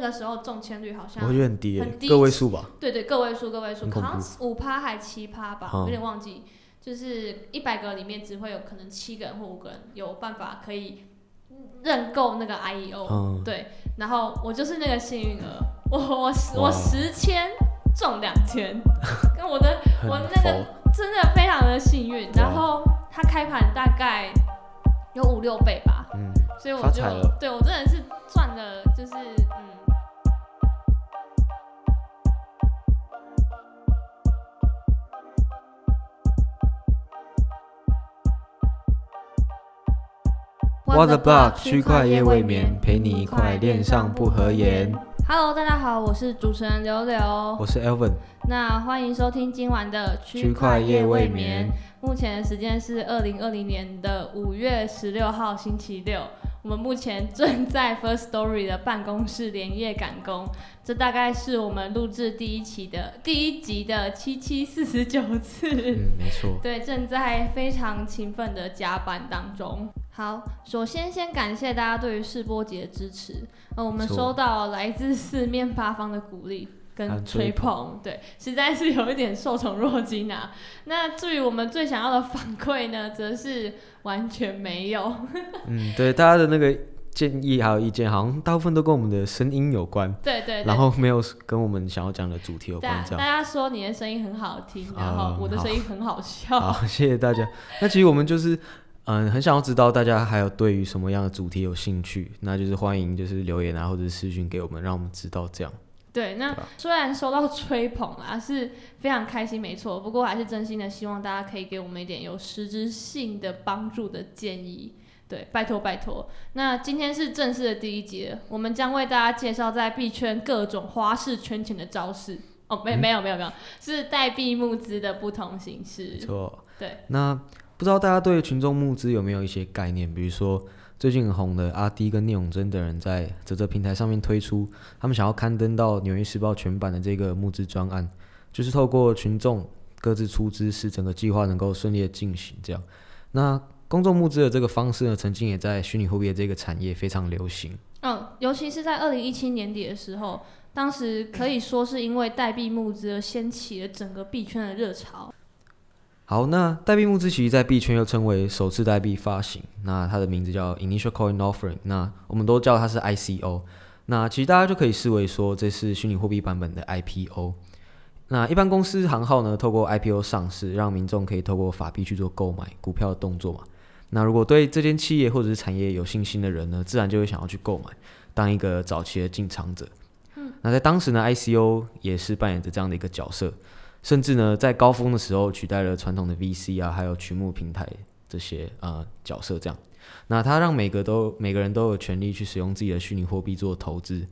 个时候中签率好像我觉得很低、欸，很低个位数吧。对对，个位数个位数，很恐好怖像五趴还七趴吧，嗯有点忘记。就是一百个里面只会有可能七个人或五个人有办法可以认购那个 IEO，、嗯，对。然后我就是那个幸运儿，我我哇我十千中两千，跟我的很我那个佛真的非常的幸运。哇然后它开盘大概有五六倍吧，嗯，所以我发就财了对我真的是赚的，就是嗯。 What the block，区块链未眠，陪你一块恋上不合言。。 Hello，大家好，我是主持人刘柳。我是 Elvin，那欢迎收听今晚的哦区块链未眠。。目前的时间是二零二零年的五月十六号星期六。我们目前正在 First Story 的办公室连夜赶工，这大概是我们录制第一期的第一集的七七四十九次。嗯，没错。对，正在非常勤奋的加班当中。好，首先先感谢大家对于世波节的支持，呃，我们没错收到来自四面八方的鼓励还跟有吹吹捧，对，实在是有一点受宠若惊啊。 那至于我们最想要的反馈呢，则是完全没有。嗯，对，大家的那个建议还有意见，好像大部分都跟我们的声音有关，对对对然。后没有跟我们想要讲的主题有大关，这大样。家说你的声音很好听，然后嗯我的好声音很好笑， 好，谢谢大家。那其实我们就是。嗯，很想要知道大家还有对于什么样的主题有兴趣，那就是欢迎就是留言啊，或者是私讯给我们，让我们知道这样。对，那对吧虽然收到吹捧啊，是非常开心，没错。不过还是真心的希望大家可以给我们一点有实质性的帮助的建议。对，拜托拜托。那今天是正式的第一节，我们将为大家介绍在币圈各种花式圈钱的招式。哦，嗯没没有没有没有，是代币募资的不同形没式。错。对，那不知道大家对群众募资有没有一些概念？比如说最近很红的阿迪跟聂永真等人在泽泽平台上面推出，他们想要刊登到《纽约时报》全版的这个募资专案，就是透过群众各自出资，使整个计划能够顺利的进行。这样，那公众募资的这个方式呢，曾经也在虚拟货币的这个产业非常流行。嗯，尤其是在二零一七年底的时候，当时可以说是因为代币募资而掀起了整个币圈的热潮。好，那代币募资其实在币圈又称为首次代币发行，那它的名字叫 Initial Coin Offering，那我们都叫它是 ICO。那其实大家就可以视为说这是虚拟货币版本的 IPO。那一般公司行号呢，透过 IPO 上市，让民众可以透过法币去做购买股票的动作嘛。那如果对这间企业或者是产业有信心的人呢，自然就会想要去购买，当一个早期的进场者。嗯，那在当时呢，ICO 也是扮演着这样的一个角色。甚至呢，在高峰的时候取代了传统的 VC 啊，还有群募平台这些呃角色这样。那它让每个都每个人都有权利去使用自己的虚拟货币做投资。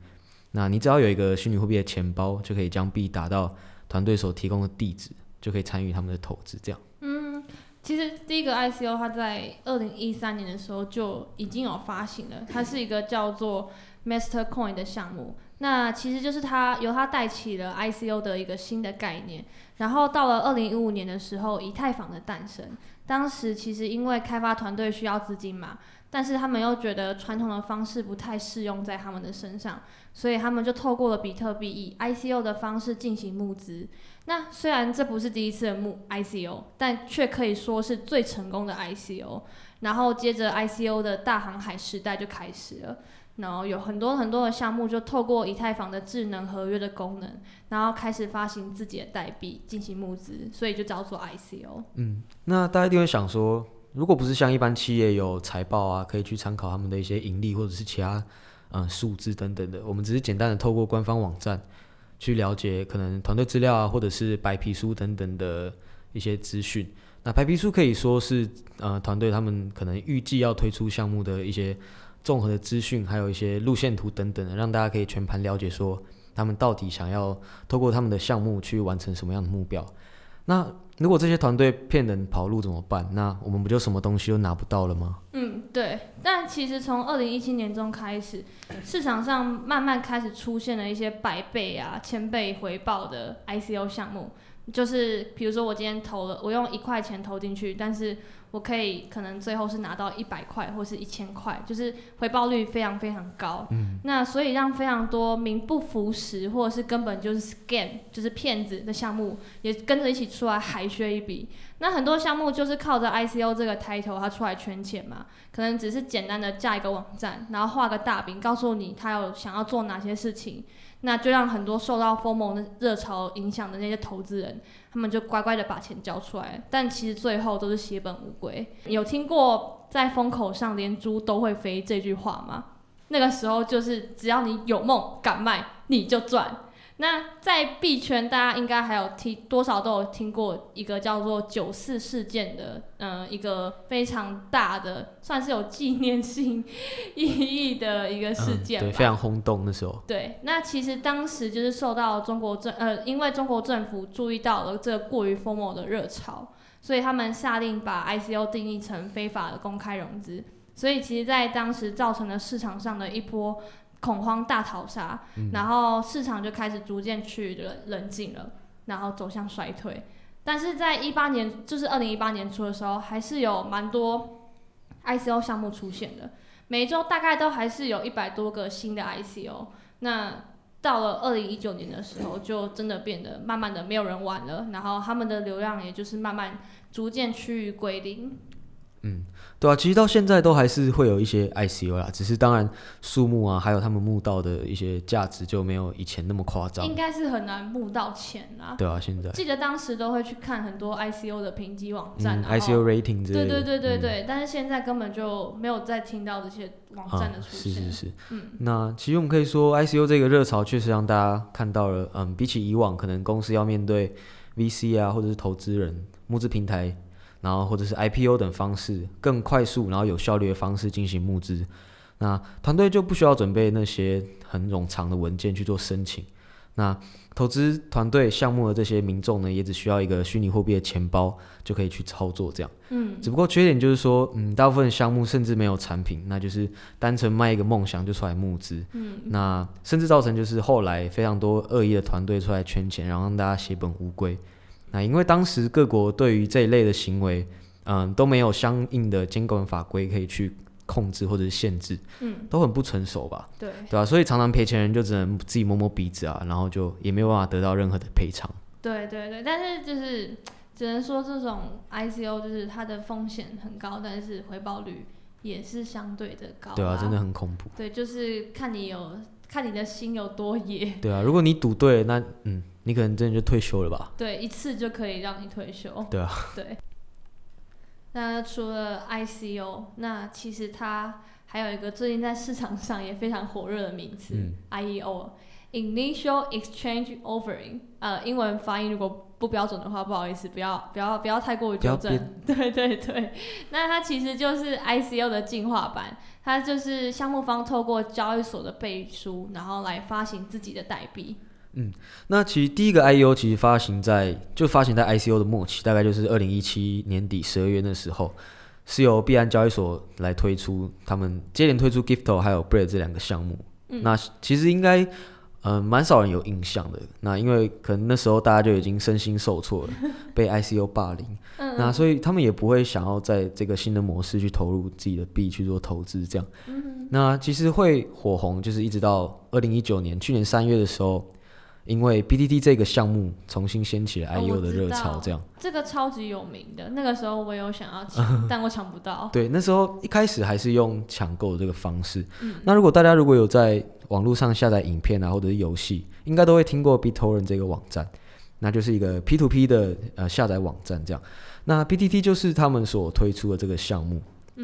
那你只要有一个虚拟货币的钱包，就可以将币打到团队所提供的地址，就可以参与他们的投资这样。嗯，其实第一个 ICO 它在二零一三年的时候就已经有发行了，它是一个叫做 Master Coin 的项目。那其实就是它由它带起了 ICO 的一个新的概念。然后到了二零一五年的时候，以太坊的诞生。当时其实因为开发团队需要资金嘛，但是他们又觉得传统的方式不太适用在他们的身上，所以他们就透过了比特币以 ICO 的方式进行募资。那虽然这不是第一次的募 ICO，但却可以说是最成功的 ICO。然后接着 ICO 的大航海时代就开始了，然后有很多很多的项目就透过以太坊的智能合约的功能，然后开始发行自己的代币进行募资，所以就叫做 ICO。那大家一定会想说，如果不是像一般企业有财报啊，可以去参考他们的一些盈利或者是其他嗯数字等等的，我们只是简单的透过官方网站去了解可能团队资料啊，或者是白皮书等等的一些资讯。那白皮书可以说是呃团队他们可能预计要推出项目的一些综合的资讯，还有一些路线图等等的，让大家可以全盘了解说他们到底想要透过他们的项目去完成什么样的目标。那如果这些团队骗人跑路怎么办？那我们不就什么东西都拿不到了吗？嗯，对。但其实从二零一七年中开始，市场上慢慢开始出现了一些百倍啊、千倍回报的 ICO 项目，就是比如说我今天投了，我用一块钱投进去，但是我可以可能最后是拿到一百块或是一千块，就是回报率非常非常高。嗯，那所以让非常多名不符实或者是根本就是 scam 就是骗子的项目也跟着一起出来海削一笔。那很多项目就是靠着 ICO 这个 title 它出来圈钱嘛，可能只是简单的架一个网站，然后画个大饼，告诉你他有想要做哪些事情，那就让很多受到风蒙的热潮影响的那些投资人，他们就乖乖的把钱交出来，但其实最后都是血本无归。有听过在风口上连猪都会飞这句话吗？那个时候就是只要你有梦敢迈，你就赚。那在币圈，大家应该还有听多少都有听过一个叫做“九四事件”的，呃，一个非常大的，算是有纪念性 意义的一个事件吧。嗯对，非常轰动那时候。对，那其实当时就是受到中国政呃，因为中国政府注意到了这个过于疯魔的热潮，所以他们下令把 ICO 定义成非法的公开融资，所以其实，在当时造成了市场上的一波恐慌大逃杀，然后市场就开始逐渐趋于冷冷静了，然后走向衰退。但是在一八年，就是二零一八年初的时候，还是有蛮多 ICO 项目出现的，每一周大概都还是有一百多个新的 ICO。那到了二零一九年的时候，就真的变得慢慢的没有人玩了，然后他们的流量也就是慢慢逐渐趋于归零。对啊，其实到现在都还是会有一些 ICO 啦，只是当然数目啊，还有他们募到的一些价值就没有以前那么夸张应。该是很难募到钱啦。对啊，现在记得当时都会去看很多 ICO 的评级网站，嗯然后，ICO rating 之类对的。对嗯对对对，但是现在根本就没有再听到这些网站的啊出是现。嗯是是，那其实我们可以说，ICO 这个热潮确实让大家看到了，嗯，比起以往，可能公司要面对 VC 啊，或者是投资人、募资平台，然后或者是 IPO 等方式，更快速然后有效率的方式进行募资。那团队就不需要准备那些很冗长的文件去做申请。那投资团队项目的这些民众呢，也只需要一个虚拟货币的钱包就可以去操作这样。嗯，只不过缺点就是说，嗯，大部分项目甚至没有产品，那就是单纯卖一个梦想就出来募资，嗯，那甚至造成就是后来非常多恶意的团队出来圈钱，然后让大家血本无归。那因为当时各国对于这一类的行为，嗯，都没有相应的监管法规可以去控制或者是限制，嗯，都很不成熟吧，对。对吧、所以常常赔钱人就只能自己摸摸鼻子啊，然后就也没有办法得到任何的赔偿。对对对，但是就是只能说这种 ICO 就是它的风险很高，但是回报率也是相对的高、对啊，真的。很恐怖。对，就是看你有看你的心有多野，对啊，如果你赌对了，那嗯，你可能真的就退休了吧。对，一次就可以让你退休。对啊，对。那除了 ICO，那其实它还有一个最近在市场上也非常火热的名词、嗯 IEO，Initial Exchange Offering，呃，英文发音如果不标准的话，不好意思，不要不要不要太过于不要纠正。 对对对，那它其实就是 ICO 的进化版，它就是项目方透过交易所的背书，然后来发行自己的代币。那其实第一个 IEO 其实发行在就发行在 ICO 的末期，大概就是二零一七年底十二月那时候，是由币安交易所来推出，他们接连推出 Gifto 还有 Bread 这两个项目。嗯那其实应该嗯蛮、少人有印象的，那因为可能那时候大家就已经身心受挫了，被 ICO 霸凌，嗯那所以他们也不会想要在这个新的模式去投入自己的币去做投资这样。嗯那其实会火红，就是一直到二零一九年去年三月的时候。因为 BTT 这个项目重新掀起了哦我 IEO 的知热道潮，这样、这个超级有名的，那个时候我有想要 抢，但我抢不到。对，那时候一开始还是用抢购的这个方式。那如果大家如果有在网络上下载影片啊，或者是游戏，应该都会听过 BitTorrent 这个网站，那就是一个 P2P 的呃下载网站这样。那 BTT 就是他们所推出的这个项目，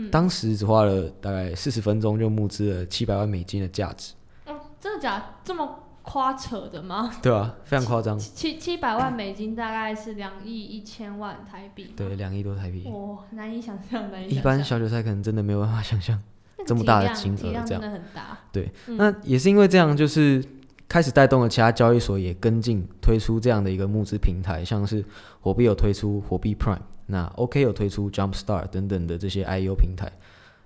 当时只花了大概四十分钟就募资了七百万美金的价值，哦，真的假？这么夸扯的吗？对啊，非常夸张，哦七七七百万美金大概是两亿一千万台币。对，，两亿多台币。哦，难以想象，难以想象。一般小韭菜可能真的没有办法想象。那个这么大的体量金额体量这真样的很大。对，那也是因为这样，就是开始带动了其他交易所也跟进推出这样的一个募资平台，像是火币有推出火币 Prime，那 OK 有推出 Jumpstar 等等的这些 IEO 平台，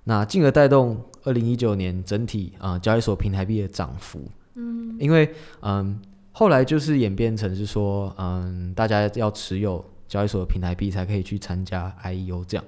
那进而带动二零一九年整体啊、呃交易所平台币的涨幅。嗯，因为嗯后来就是演变成是说，嗯大家要持有交易所的平台币才可以去参加 IEO 这样。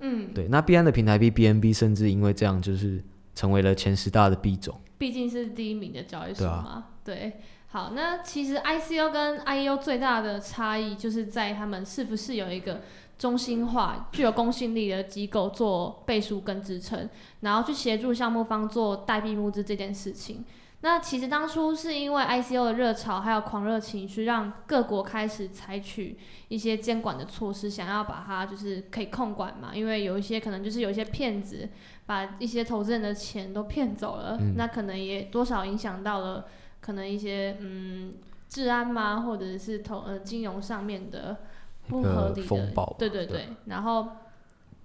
嗯，对，那币安的平台币 BNB 甚至因为这样就是成为了前十大的币种。毕竟是第一名的交易所对啊嘛，对。好，那其实 ICO 跟 IEO 最大的差异就是在他们是不是有一个中心化、具有公信力的机构做背书跟支撑，然后去协助项目方做代币募资这件事情。那其实当初是因为 ICO 的热潮还有狂热情绪，让各国开始采取一些监管的措施，想要把它就是可以控管嘛，因为有一些可能就是有一些骗子，把一些投资人的钱都骗走了，嗯那可能也多少影响到了可能一些嗯治安嘛，或者是投呃金融上面的不合理的风暴吧对对对，对然后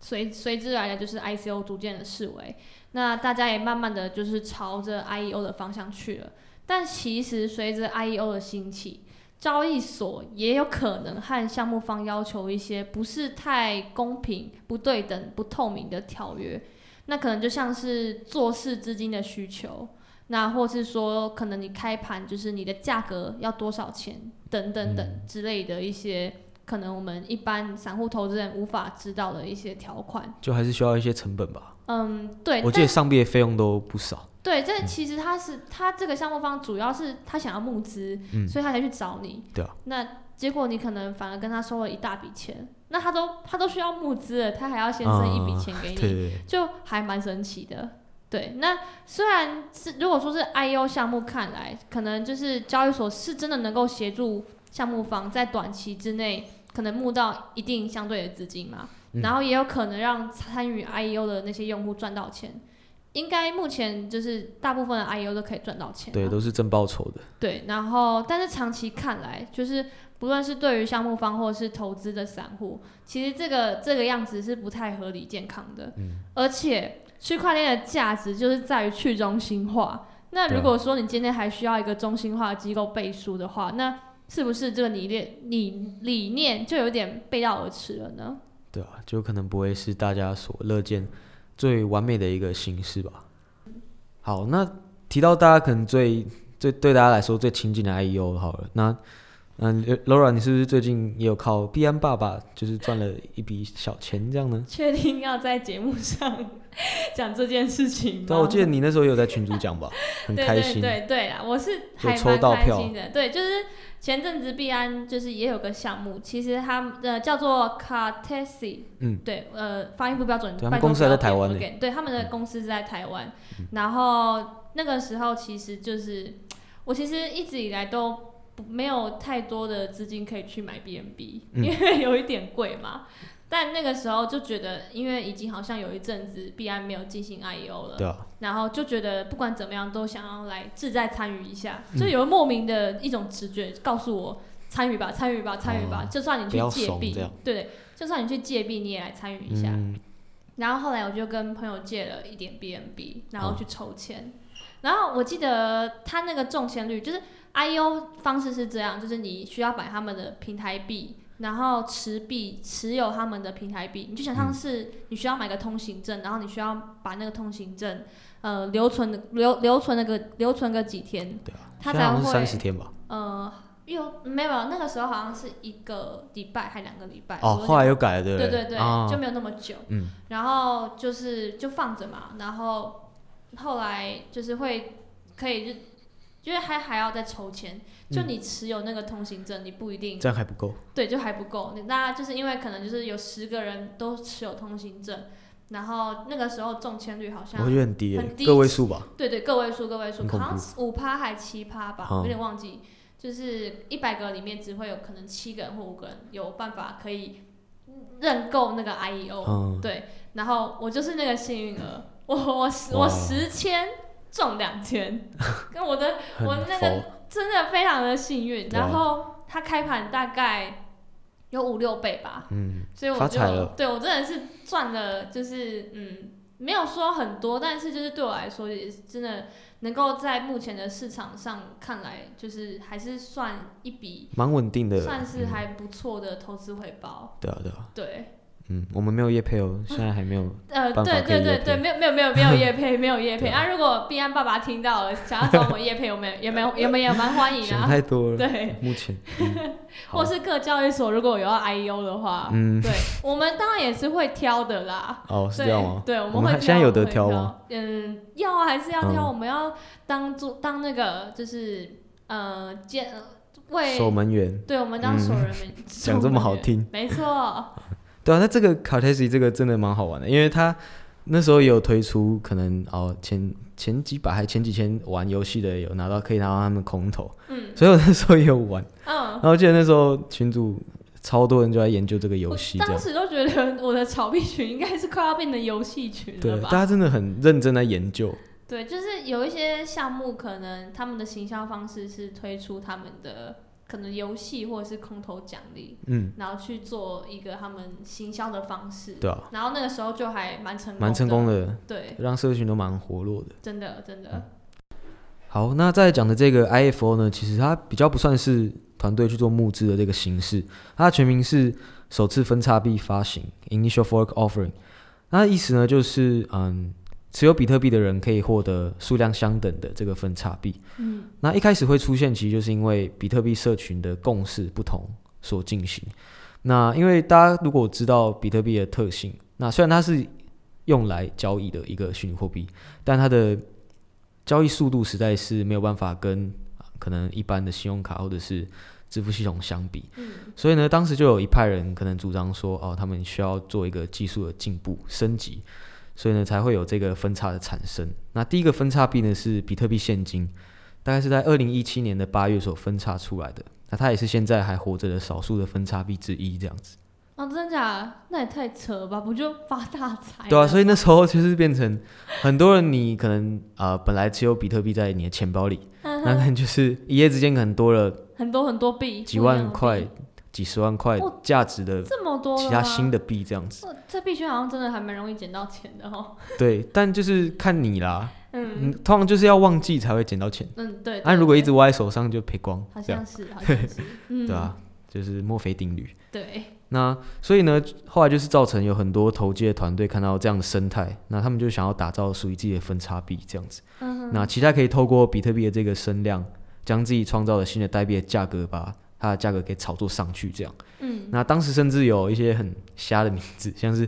随随之而来的就是 ICO 逐渐的式微，那大家也慢慢的就是朝着 IEO 的方向去了，但其实随着 IEO 的兴起。交易所也有可能和项目方要求一些不是太公平、不对等、不透明的条约，那可能就像是做事资金的需求，那或是说可能你开盘就是你的价格要多少钱等等嗯等之类的一些，可能我们一般散户投资人无法知道的一些条款。就还是需要一些成本吧。嗯，对，我记得上币的费用都不少，对，这嗯其实他是他这个项目方主要是他想要募资，嗯所以他才去找你。对啊。那结果你可能反而跟他收了一大笔钱，那他都他都需要募资了，他还要先生一笔啊钱给对你，对对，就还蛮神奇的。对，那虽然是如果说是 IO 项目，看来可能就是交易所是真的能够协助项目方在短期之内可能募到一定相对的资金嘛，嗯然后也有可能让参与 IEO 的那些用户赚到钱。应该目前就是大部分的 IEO 都可以赚到钱嘛，对都是正报酬的。对，然后但是长期看来，就是不论是对于项目方或是投资的散户，其实这个这个样子是不太合理健康的。嗯而且区块链的价值就是在于去中心化。那对如啊果说你今天还需要一个中心化的机构背书的话，那是不是这个理念理理念就有点背道而驰了呢？ 对啊，就可能不会是大家所乐见最完美的一个形式吧。好，那提到大家可能最最对大家来说最亲近的 IEO 好了，那嗯，Laura，你是不是最近也有靠币安爸爸就是赚了一笔小钱这样呢？确定要在节目上 讲这件事情吗？对啊，我记得你那时候也有在群主 讲吧，很对开心。对对对啦，我是还有抽蛮到开票心的。对，就是前阵子币安就是也有个项目，其实他们呃叫做 Cartesi，嗯，对，呃发音不标准，对他们拜托公司不要还在台点我湾呢嗯给对，他们的公司是在台湾，然后那个时候其实就是我其实一直以来都。不没有太多的资金可以去买 BNB，、嗯因为有一点贵嘛。但那个时候就觉得，因为已经好像有一阵子币安没有进行 IEO 了，对啊，然后就觉得不管怎么样都想要来志在参与一下，就有莫名的一种直觉告诉我参与吧，参与吧，参与吧，哦就算你去不要借怂币这样，对，就算你去借币，你也来参与一下。嗯，然后后来我就跟朋友借了一点 BNB，然后哦去筹钱。然后我记得他那个中签率就是 IO 方式是这样，就是你需要买他们的平台币，然后持币持有他们的平台币，你就想嗯象是你需要买个通行证，然后你需要把那个通行证呃留存的留留存那个留存个几天，对啊，他现在好像才会是三十天吧。呃，有没有那个时候好像是一个礼拜还两个礼拜哦，我有点后来又改了，对不对对对对，啊就没有那么久。嗯然后就是就放着嘛，然后后来就是会可以就就是还还要再筹钱，就嗯你持有那个通行证，你不一定这样还不够。对，就还不够。你大家就是因为可能就是有十个人都持有通行证，然后那个时候中签率好像我觉得很低耶、很低个位数吧。对对，个位数个位数，哦很恐怖好像五趴还七趴吧，嗯有点忘记。就是一百个里面只会有可能七个人或五个人有办法可以认购那个 E IEO，、嗯，对，然后我就是那个幸运儿，我我十哇我十千中两千，跟我的嗯很我那佛个真的非常的幸运。对啊然后它开盘大概有五六倍吧，嗯，所以我发财就了对我真的是赚了，就是嗯，没有说很多，但是就是对我来说也是真的能够在目前的市场上看来，就是还是算一笔蛮稳定的。算是嗯还不错的投资回报。对啊，对啊，对，嗯，我们没有业配哦，现在还 没有。呃，办法对可对以对业对，没有没有没有没有叶配，没有叶配 对啊啊！如果碧安爸爸听到了，想要找我们叶配，我们也没有也没有蛮欢迎想啊。太多了。对， 目前，嗯好或是各教育所如果有要 IU 的话，嗯对，我们当然也是会挑的啦。哦，是对这样吗？对，我我们们会还现在有得会挑挑吗？嗯，要啊，还是要挑。嗯我们要当做当那个就是呃监呃为守门员，对我们当守人们讲这么好，听守门员没错。对啊，那这个 c a r t e s i 这个真的蛮好玩的，因为它那时候也有推出，可能哦前前几百还前几千玩游戏的有拿到可以拿到他们空投，嗯所以我那时候也有玩，嗯，然后我记得那时候群主超多人就在研究这个游我戏，这当样时都觉得我的草壁群应该是快要变成游戏群对了，大吧？家真的很认真在研究，对，就是有一些项目，可能他们的行销方式是推出他们的可能游戏或者是空投奖励，嗯，然后去做一个他们行销的方式。对啊，然后那个时候就还蛮成功，蛮成功。的，嗯对，让社群都蛮活络的。真的真的，好，那再讲的这个 IFO 呢，其实它比较不算是团队去做募资的这个形式，它的全名是首次分叉币发行 （Initial Fork Offering）。那它的意思呢，就是嗯，持有比特币的人可以获得数量相等的这个分叉币。嗯，那一开始会出现，其实就是因为比特币社群的共识不同所进行。那因为大家如果知道比特币的特性，那虽然它是用来交易的一个虚拟货币，但它的交易速度实在是没有办法跟啊可能一般的信用卡或者是支付系统相比。所以呢，当时就有一派人可能主张说，哦，他们需要做一个技术的进步升级，所以呢才会有这个分叉的产生。那第一个分叉币呢是比特币现金，大概是在二零一七年的八月所分叉出来的。那它也是现在还活着的少数的分叉币之一，这样子。哦，真的假的？那也太扯了吧，不就发大财？对啊，所以那时候就是变成很多人，你可能啊、呃本来只有比特币在你的钱包里，嗯那可能就是一夜之间可能多了很多很多币，几不一样万的币哦块、几十万块哇价值的这么多了其吗，他新的币这样子。哦。这币圈好像真的还蛮容易捡到钱的哦。对，但就是看你啦，嗯嗯，通常就是要忘记才会捡到钱。嗯，对。那、对如果一对直挖在手上就赔光好，这样像是，好像 是，嗯，对啊，就是墨菲定律。对，那所以呢，后来就是造成有很多投机的团队看到这样的生态，那他们就想要打造属于自己的分叉币这样子。嗯哼，那期待可以透过比特币的这个声量，将自己创造的新的代币的价格，把它的价格给炒作上去这样。嗯，那当时甚至有一些很瞎的名字，像是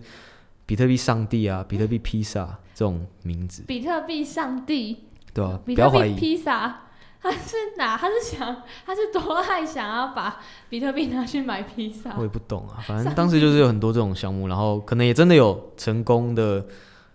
比特币上帝啊、比特币披萨这种名字，比特币上帝，对吧、不比要特怀币疑，披萨。他是哪？ 他是想，他是多爱想要把比特币拿去买披萨我？也不懂 啊，反正当时就是有很多这种项目，然后可能也真的有成功的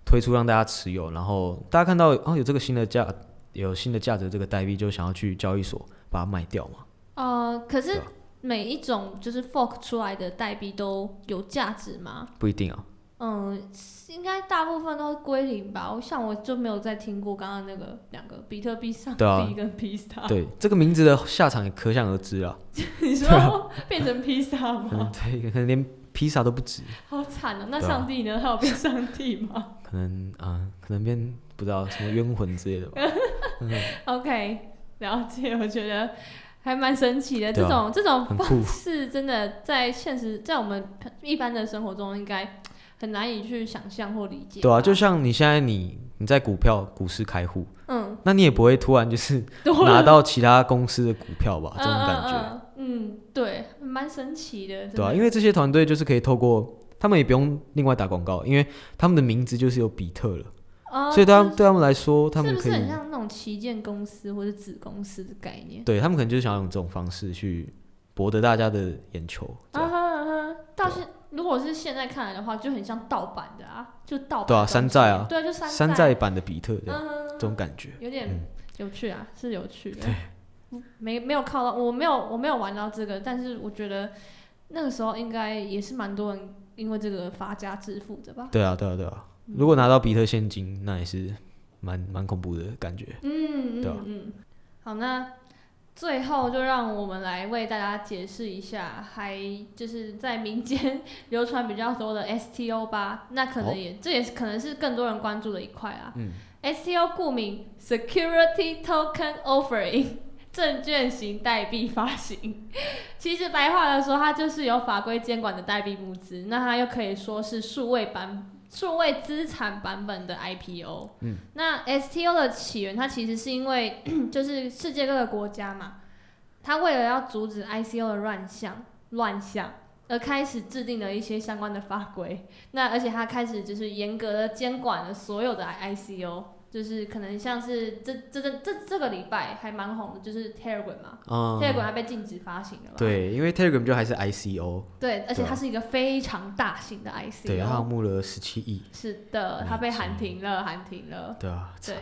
推出让大家持有，然后大家看到哦有这个新的价，有新的价值的这个代币，就想要去交易所把它卖掉嘛。呃，可对是啊每一种就是 fork 出来的代币都有价值吗？不一定啊，嗯，应该大部分都归零吧。我像我就没有再听过刚刚那个两个比特币上对啊帝跟披萨。对这个名字的下场也可想而知啊， 你说变成披萨可能吗？对，可能连披萨都不止，好惨哦！那对啊上帝呢？他有变上帝吗可能啊、可能变不知道什么冤魂之类的吧。 ？OK，了 解。我觉得还蛮神奇的，对这啊种这种很酷方式真的在现实，在我们一般的生活中应该很难以去想象或理解吧。对啊，就像你现在你你在股票股市开户，嗯，那你也不会突 然就是多了拿到其他公司的股票吧，这种嗯感觉。嗯嗯，嗯对，蛮神奇的。对啊，因为为这些团队就是可以透过他们也不用另外打广告，因为他们的名字就是有比特了，所以对他啊们对他们来说，他们哦是不可是以很像那种旗舰公司或者子公司的概念？对他啊们可能就是想要用这种方式去博得大家的眼球，这啊样哈啊哈，到对现如果是现在看来的话，就很像盗版的啊，就盗版对啊的东西山寨啊对，就山山寨版的比特这样嗯，这种感觉。有嗯点有趣啊，是有趣的。没没有靠到，我没有我没有玩到这个，但是我觉得那个时候应该也是蛮多人因为这个发家致富的吧。对啊，对啊，对啊。如果拿到比特现金，那也是蛮蛮恐怖的感觉。嗯对啊嗯嗯，好，那最后就让我们来为大家解释一下，还就是在民间 流传比较多的 STO 吧。那可好能也、这也是可能是更多人关注的一块啊。哦嗯 STO 顾名 Security Token Offering， 证券型代币发行。其实白话来说，它就是有法规监管的代币募资，那它又可以说是数位版。数位资产版本的 IPO，嗯，那 STO 的起源，它其实是因为 就是世界各个国家嘛，它为了要阻止 ICO 的乱象乱象，而开始制定了一些相关的法规。那而且它开始就是严格的监管了所有的 ICO，就是可能像是这这这这这个礼拜还蛮红的，就是 Telegram 嘛、嗯 t e l e g r a m 它被禁止发行了吧？对，因为 Telegram 就还是 ICO，对，而且对啊它是一个非常大型的对，它嗯 ICO，募了十七亿，是的，它被喊停了，喊停了。对啊，对，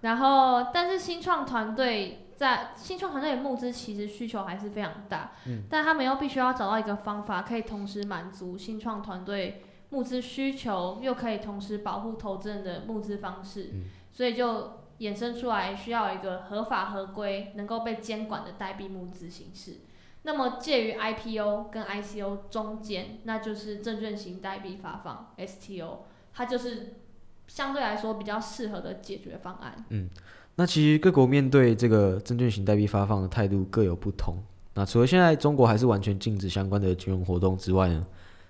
然后但是新创团队在新创团队的募资其实需求还是非常大，但他们又必须要找到一个方法，可以同时满足新创团队募资需求，又可以同时保护投资人的募资方式，所以就衍生出来需要一个合法合规、能够被监管的代币募资形式。那么介于 IPO 跟 ICO 中间，那就是证券型代币发放 STO，它就是相对来说比较适合的解决方案。那其实各国面对这个证券型代币发放的态度各有不同。那除了现在中国还是完全禁止相关的金融活动之外呢，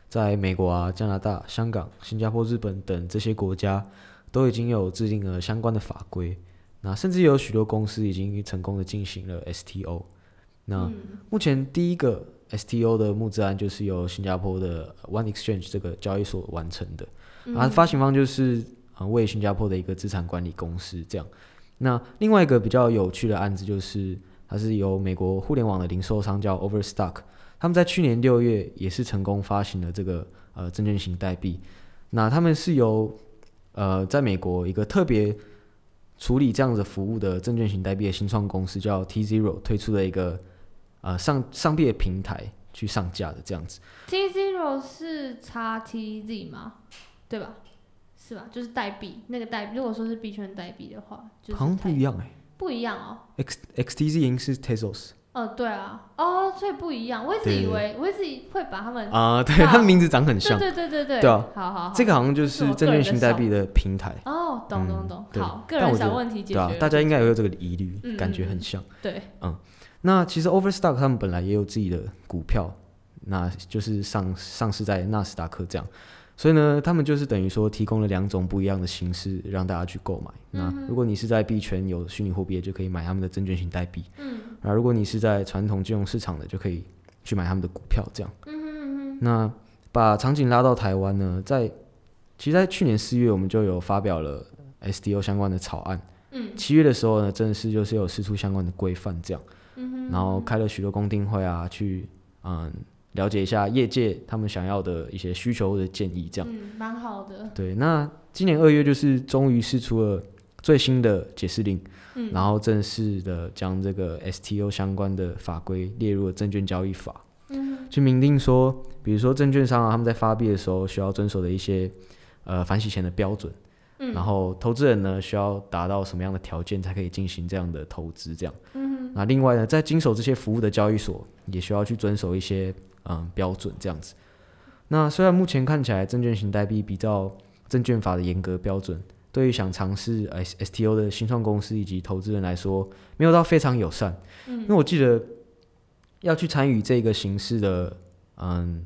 在美国啊、加拿大、香港、新加坡、日本等这些国家，都已经有制定了相关的法规。那甚至有许多公司已经成功的进行了 STO。那嗯目前第一个 STO 的募资案就是由新加坡的 One Exchange 这个交易所完成的，嗯啊，发行方就是呃为新加坡的一个资产管理公司这样。那另外一个比较有趣的案子就是，它是由美国互联网的零售商叫 Overstock，他们在去年六月也是成功发行了这个呃证券型代币。那他们是由呃在美国一个特别处理这样子服务的证券型代币的新创公司叫 T Zero 推出了一个呃上上币的平台去上架的这样子。 T Zero 是 x T Z 吗？对吧？是吧？就是代币那个代币，如果说是币圈代币的话，就是好像不一样，样哎、不一样哦。 x XTZ 银是 Tezos 哦，对啊，哦，所以不一样。我一直对以为，我一直会把他们，啊、对，对啊它的名字长很像对。对对对对，对啊好好好，这个好像就是是哦我个证人券的型代币的平台，哦，懂懂嗯懂，对好，个但人我觉小得问题解对啊决，，大家应该也有这个疑虑，嗯感觉很像。对，那其实 Overstock 他们本来也有自己的股票，那就是上上市在纳斯达克这样，所以呢，他们就是等于说提供了两种不一样的形式让大家去购买。那嗯如果你是在币圈有虚拟货币的，就可以买他们的证券型代币；嗯那如果你是在传统金融市场的，就可以去买他们的股票这样。嗯哼嗯那把场景拉到台湾呢，在其实，在去年四月我们就有发表了 SDO 相关的草案，嗯七月的时候呢，正式就是有释出相关的规范这样，嗯哼，然后开了许多公听会啊，去嗯了解一下业界他们想要的一些需求或者建议这样。嗯，蛮好的，对，那今年二月就是终于释出了最新的解释令，嗯然后正式的将这个 STO 相关的法规列入了证券交易法，嗯去明定说，比如说证券商啊，他们在发币的时候需要遵守的一些呃反洗钱的标准，嗯，然后投资人呢需要达到什么样的条件才可以进行这样的投资，这样。嗯那另外呢，在经手这些服务的交易所也需要去遵守一些嗯标准，这样子。那虽然目前看起来证券型代币比照证券法的严格标准，对于想尝试 S S T O 的新创公司以及投资人来说，没有到非常友善。嗯因为我记得要去参与这个形式的嗯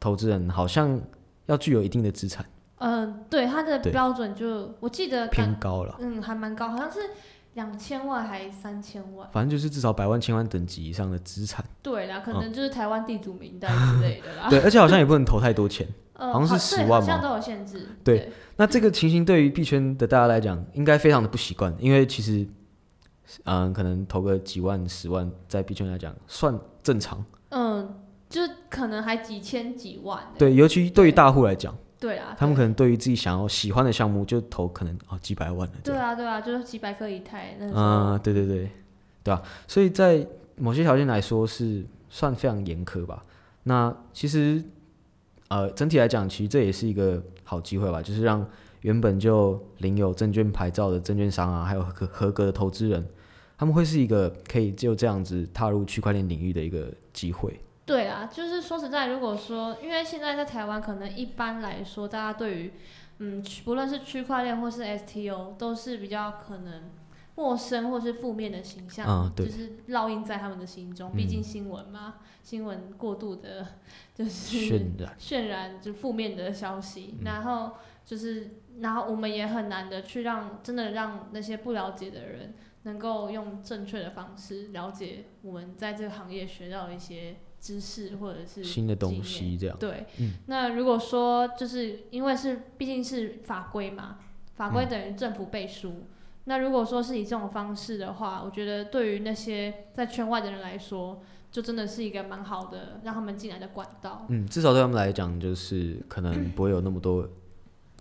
投资人，好像要具有一定的资产，嗯，对，它的对标准就我记得偏感，高了，嗯，还蛮高，好像是两千万还三千万。反正就是至少百万、千万等级以上的资产。对啦，嗯可能就是台湾地主名单之类的啦。 对，而且好像也不能投太多钱。 呃，好像是对10万好像吗都有限制。对，那这个情形对于币圈的大家来讲，应该非常的不习惯，因为其实，嗯，可能投个几万、十万，在币圈来讲算正常。嗯，就是可能还几千几万欸。对，尤其对于大户来讲，对啊，他们对可能对于自己想要喜欢的项目就投可能哦几百万了这对样。啊对啊，就是几百颗以太那时候。嗯，对对对，对啊，所以在某些条件来说是算非常严苛吧。那其实，呃，整体来讲，其实这也是一个好机会吧，就是让原本就领有证券牌照的证券商啊，还有合合格的投资人，他们会是一个可以就这样子踏入区块链领域的一个机会。对啊，就是说实在，如果说，因为现在在台湾，可能一般来说，大家对于嗯，区不论是区块链或是 STO，都是比较可能陌生或是负面的形象，嗯对就是烙印在他们的心中。嗯毕竟新闻嘛，新闻过度的， 就是渲染，渲染就负面的消息，嗯然后就是，然后我们也很难的去让真的让那些不了解的人能够用正确的方式了解我们在这个行业学到的一些知识或者是新的东经验。西这样。对，嗯那如果说就是因为是毕竟是法规嘛，法规等于政府背书。嗯那如果说是以这种方式的话，我觉得对于那些在圈外的人来说，就真的是一个蛮好的让他们进来的管道。嗯，至少对他们来讲，就是可能不会有那么多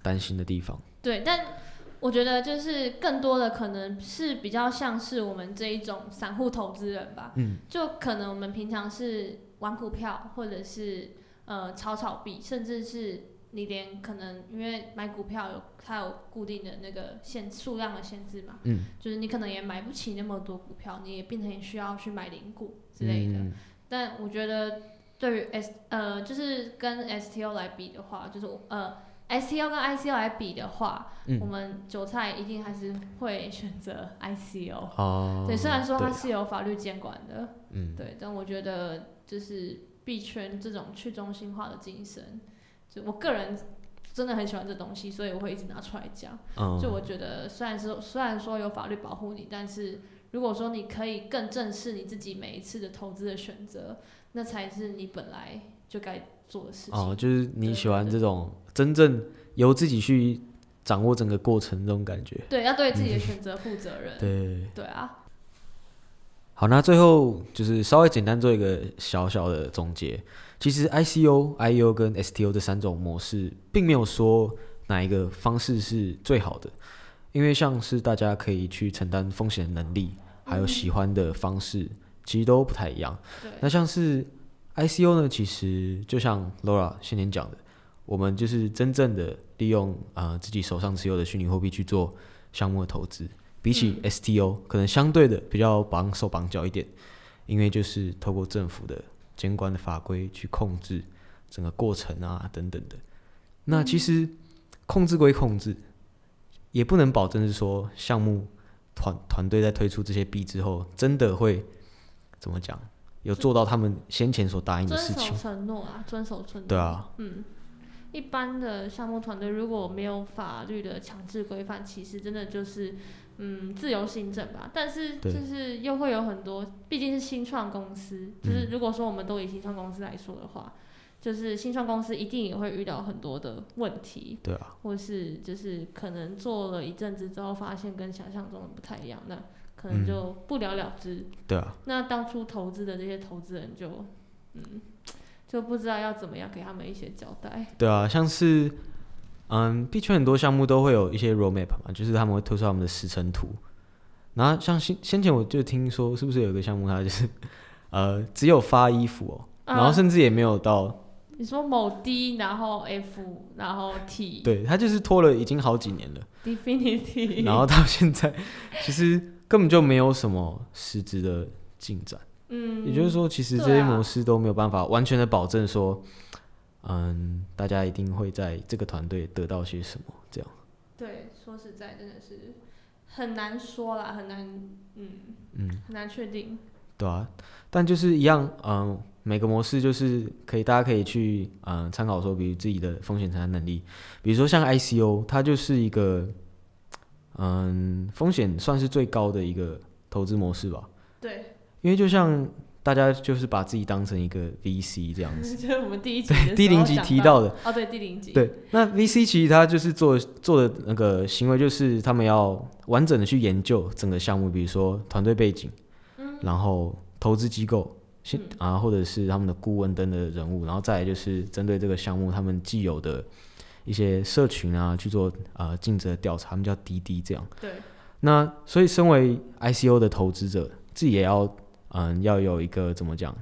担心的地方。对，但我觉得就是更多的可能是比较像是我们这一种散户投资人吧，嗯，就可能我们平常是玩股票，或者是呃炒炒币，甚至是你连可能因为买股票有它有固定的那个限数量的限制嘛，嗯，就是你可能也买不起那么多股票，你也变成需要去买零股之类的，嗯，但我觉得对于 S 呃，就是跟 STO 来比的话，就是我呃 STO 跟 ICO 来比的话，嗯我们韭菜一定还是会选择 ICO。哦，对，虽然说它对是有法律监管的，嗯，对，但我觉得就是币圈这种去中心化的精神，就我个人真的很喜欢这东西，所以我会一直拿出来讲。嗯，就我觉得，虽然说虽然说有法律保护你，但是如果说你可以更正视你自己每一次的投资的选择，那才是你本来就该做的事情。哦，就是你对喜对欢对这种真正由自己去掌握整个过程这种感觉。对，要对自己的选择负责任。嗯对，对啊，好，那最后就是稍微简单做一个小小的总结。其实 ICO、IEO E 跟 STO 这三种模式，并没有说哪一个方式是最好的，因为像是大家可以去承担风险的能力，嗯还有喜欢的方式，其实都不太一样。那对，像是 ICO 呢，其实就像 Laura 先前讲的，我们就是真正的利用呃自己手上持有的虚拟货币去做项目的投资，比起 STO、可能相对的比较绑手绑脚一点，因为就是透过政府的监管的法规去控制整个过程啊等等的。那其实控制归控制，也不能保证是说项目团团队在推出这些币之后，真的会怎么讲，有做到他们先前所答应的遵事守情。承诺啊，遵守承诺。对啊，嗯，一般的项目团队如果没有法律的强制规范，其实真的就是嗯自由行政吧。但是对就是又会有很多，毕竟是新创公司，嗯就是如果说我们都以新创公司来说的话，就是新创公司一定也会遇到很多的问题，对啊，或是就是可能做了一阵子之后，发现跟想象中的不太一样，那可能嗯就不了了之。对啊，那当初投资的这些投资人就嗯就不知道要怎么样给他们一些交代。对啊，像是嗯，币圈很多项目都会有一些 roadmap 嘛，就是他们会推出他们的时程图。然后像先先前我就听说，是不是有一个项目它就是 呃只有发衣服哦，然后啊、甚至也没有到你说某 D，然后 F，然后 T，对，他就是拖了已经好几年了， ，Definity，然后到现在其实根本就没有什么实质的进展。嗯，也就是说，其实这对些啊模式都没有办法完全的保证说，嗯，大家一定会在这个团队得到些什么。这样，对，说实在真的是很难说啦，很难，嗯嗯，很难确定。对啊。但就是一样，嗯，每个模式就是可以，大家可以去嗯参考说，比如自己的风险承担能力，比如说像 ICO，它就是一个嗯风险算是最高的一个投资模式吧。对，因为就像大家就是把自己当成一个 VC 这样 子，就是我们第一集的第时候零集讲提到的，哦，对，第零集，对，那 VC 其实他就是做做的那个行为，就是他们要完整的去研究整个项目，比如说团队背景，嗯然后投资机构，先啊，或者是他们的顾问等等的人物，然后再来就是针对这个项目他们既有的一些社群啊去做呃尽职的调查，他们叫滴滴这样。对，那所以，身为 ICO 的投资者，自己也要嗯，要有一个怎么讲，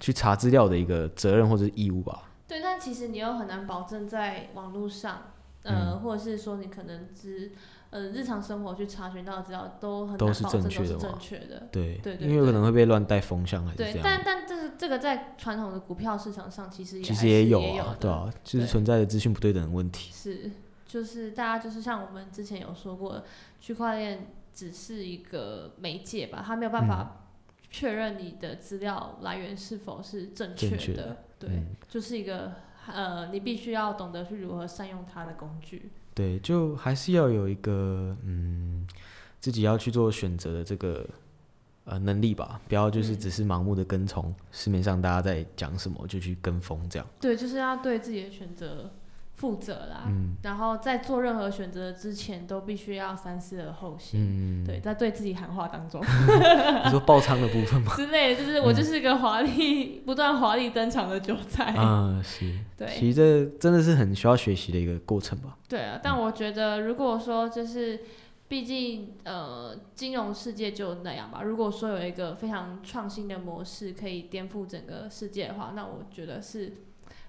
去查资料的一个责任或者是义务吧。对，但其实你又很难保证在网络上，呃，嗯或者是说你可能只呃日常生活去查询到的资料都很难都保是证正都确是的嘛正确的。对，对对因为有可能会被乱带风向还是这对，样。但但这个这个在传统的股票市场上其实也其还实是也也有啊，的对啊，就是对存在的资讯不对等的问题。是就是大家就是像我们之前有说过，区块链只是一个媒介吧，它没有办嗯法确认你的资料来源是否是正确正确的。对，嗯就是一个呃，你必须要懂得去如何善用它的工具。对，就还是要有一个嗯，自己要去做选择的这个呃能力吧，不要就是嗯只是盲目的跟从、市面上大家在讲什么就去跟风这样。对，就是要对自己的选择负责啦。嗯然后在做任何选择之前，都必须要三思而后行。嗯，对，在对自己喊话当 中你说爆仓的部分吗？之类的，就是我就是个华丽、不断华丽登场的韭 菜。嗯，是。 对，其实这真的是很需要学习的一个过程吧。对啊，但我觉得如果说就是，毕竟呃，金融世界就那样吧。如果说有一个非常创新的模式可以颠覆整个世界的话，那我觉得是，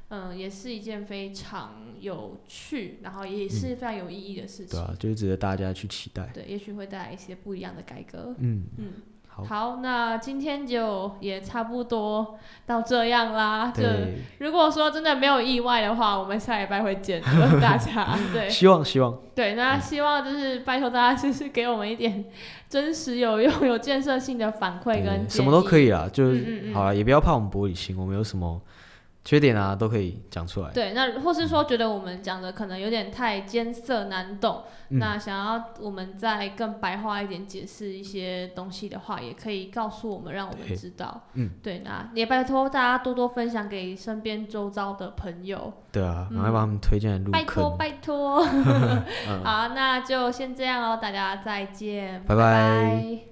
嗯、也是一件非常有趣，然后也是非常有意义的事对情。啊，就是值得大家去期待。对，也许会带来一些不一样的改革。嗯，嗯，好，好，那今天就也差不多到这样啦。就对，如果说真的没有意外的话，我们下礼拜会见大家。对，希望希望，对，那嗯希望就是拜托大家，就是给我们一点真实、有用、有建设性的反馈跟对哎什么都可以。以啦，就嗯嗯是嗯好了，也不要怕我们玻璃心，我们有什么缺点啊都可以讲出来。对，那或是说觉得我们讲的可能有点太艰涩难懂，嗯那想要我们再更白话一点解释一些东西的话，也可以告诉我们，让我们对知道。嗯，对，那也拜托大家多多分享给身边周遭的朋友，对啊，嗯赶快把他们推荐入拜托坑。嗯拜托。好，那就先这样哦，大家再见，拜拜拜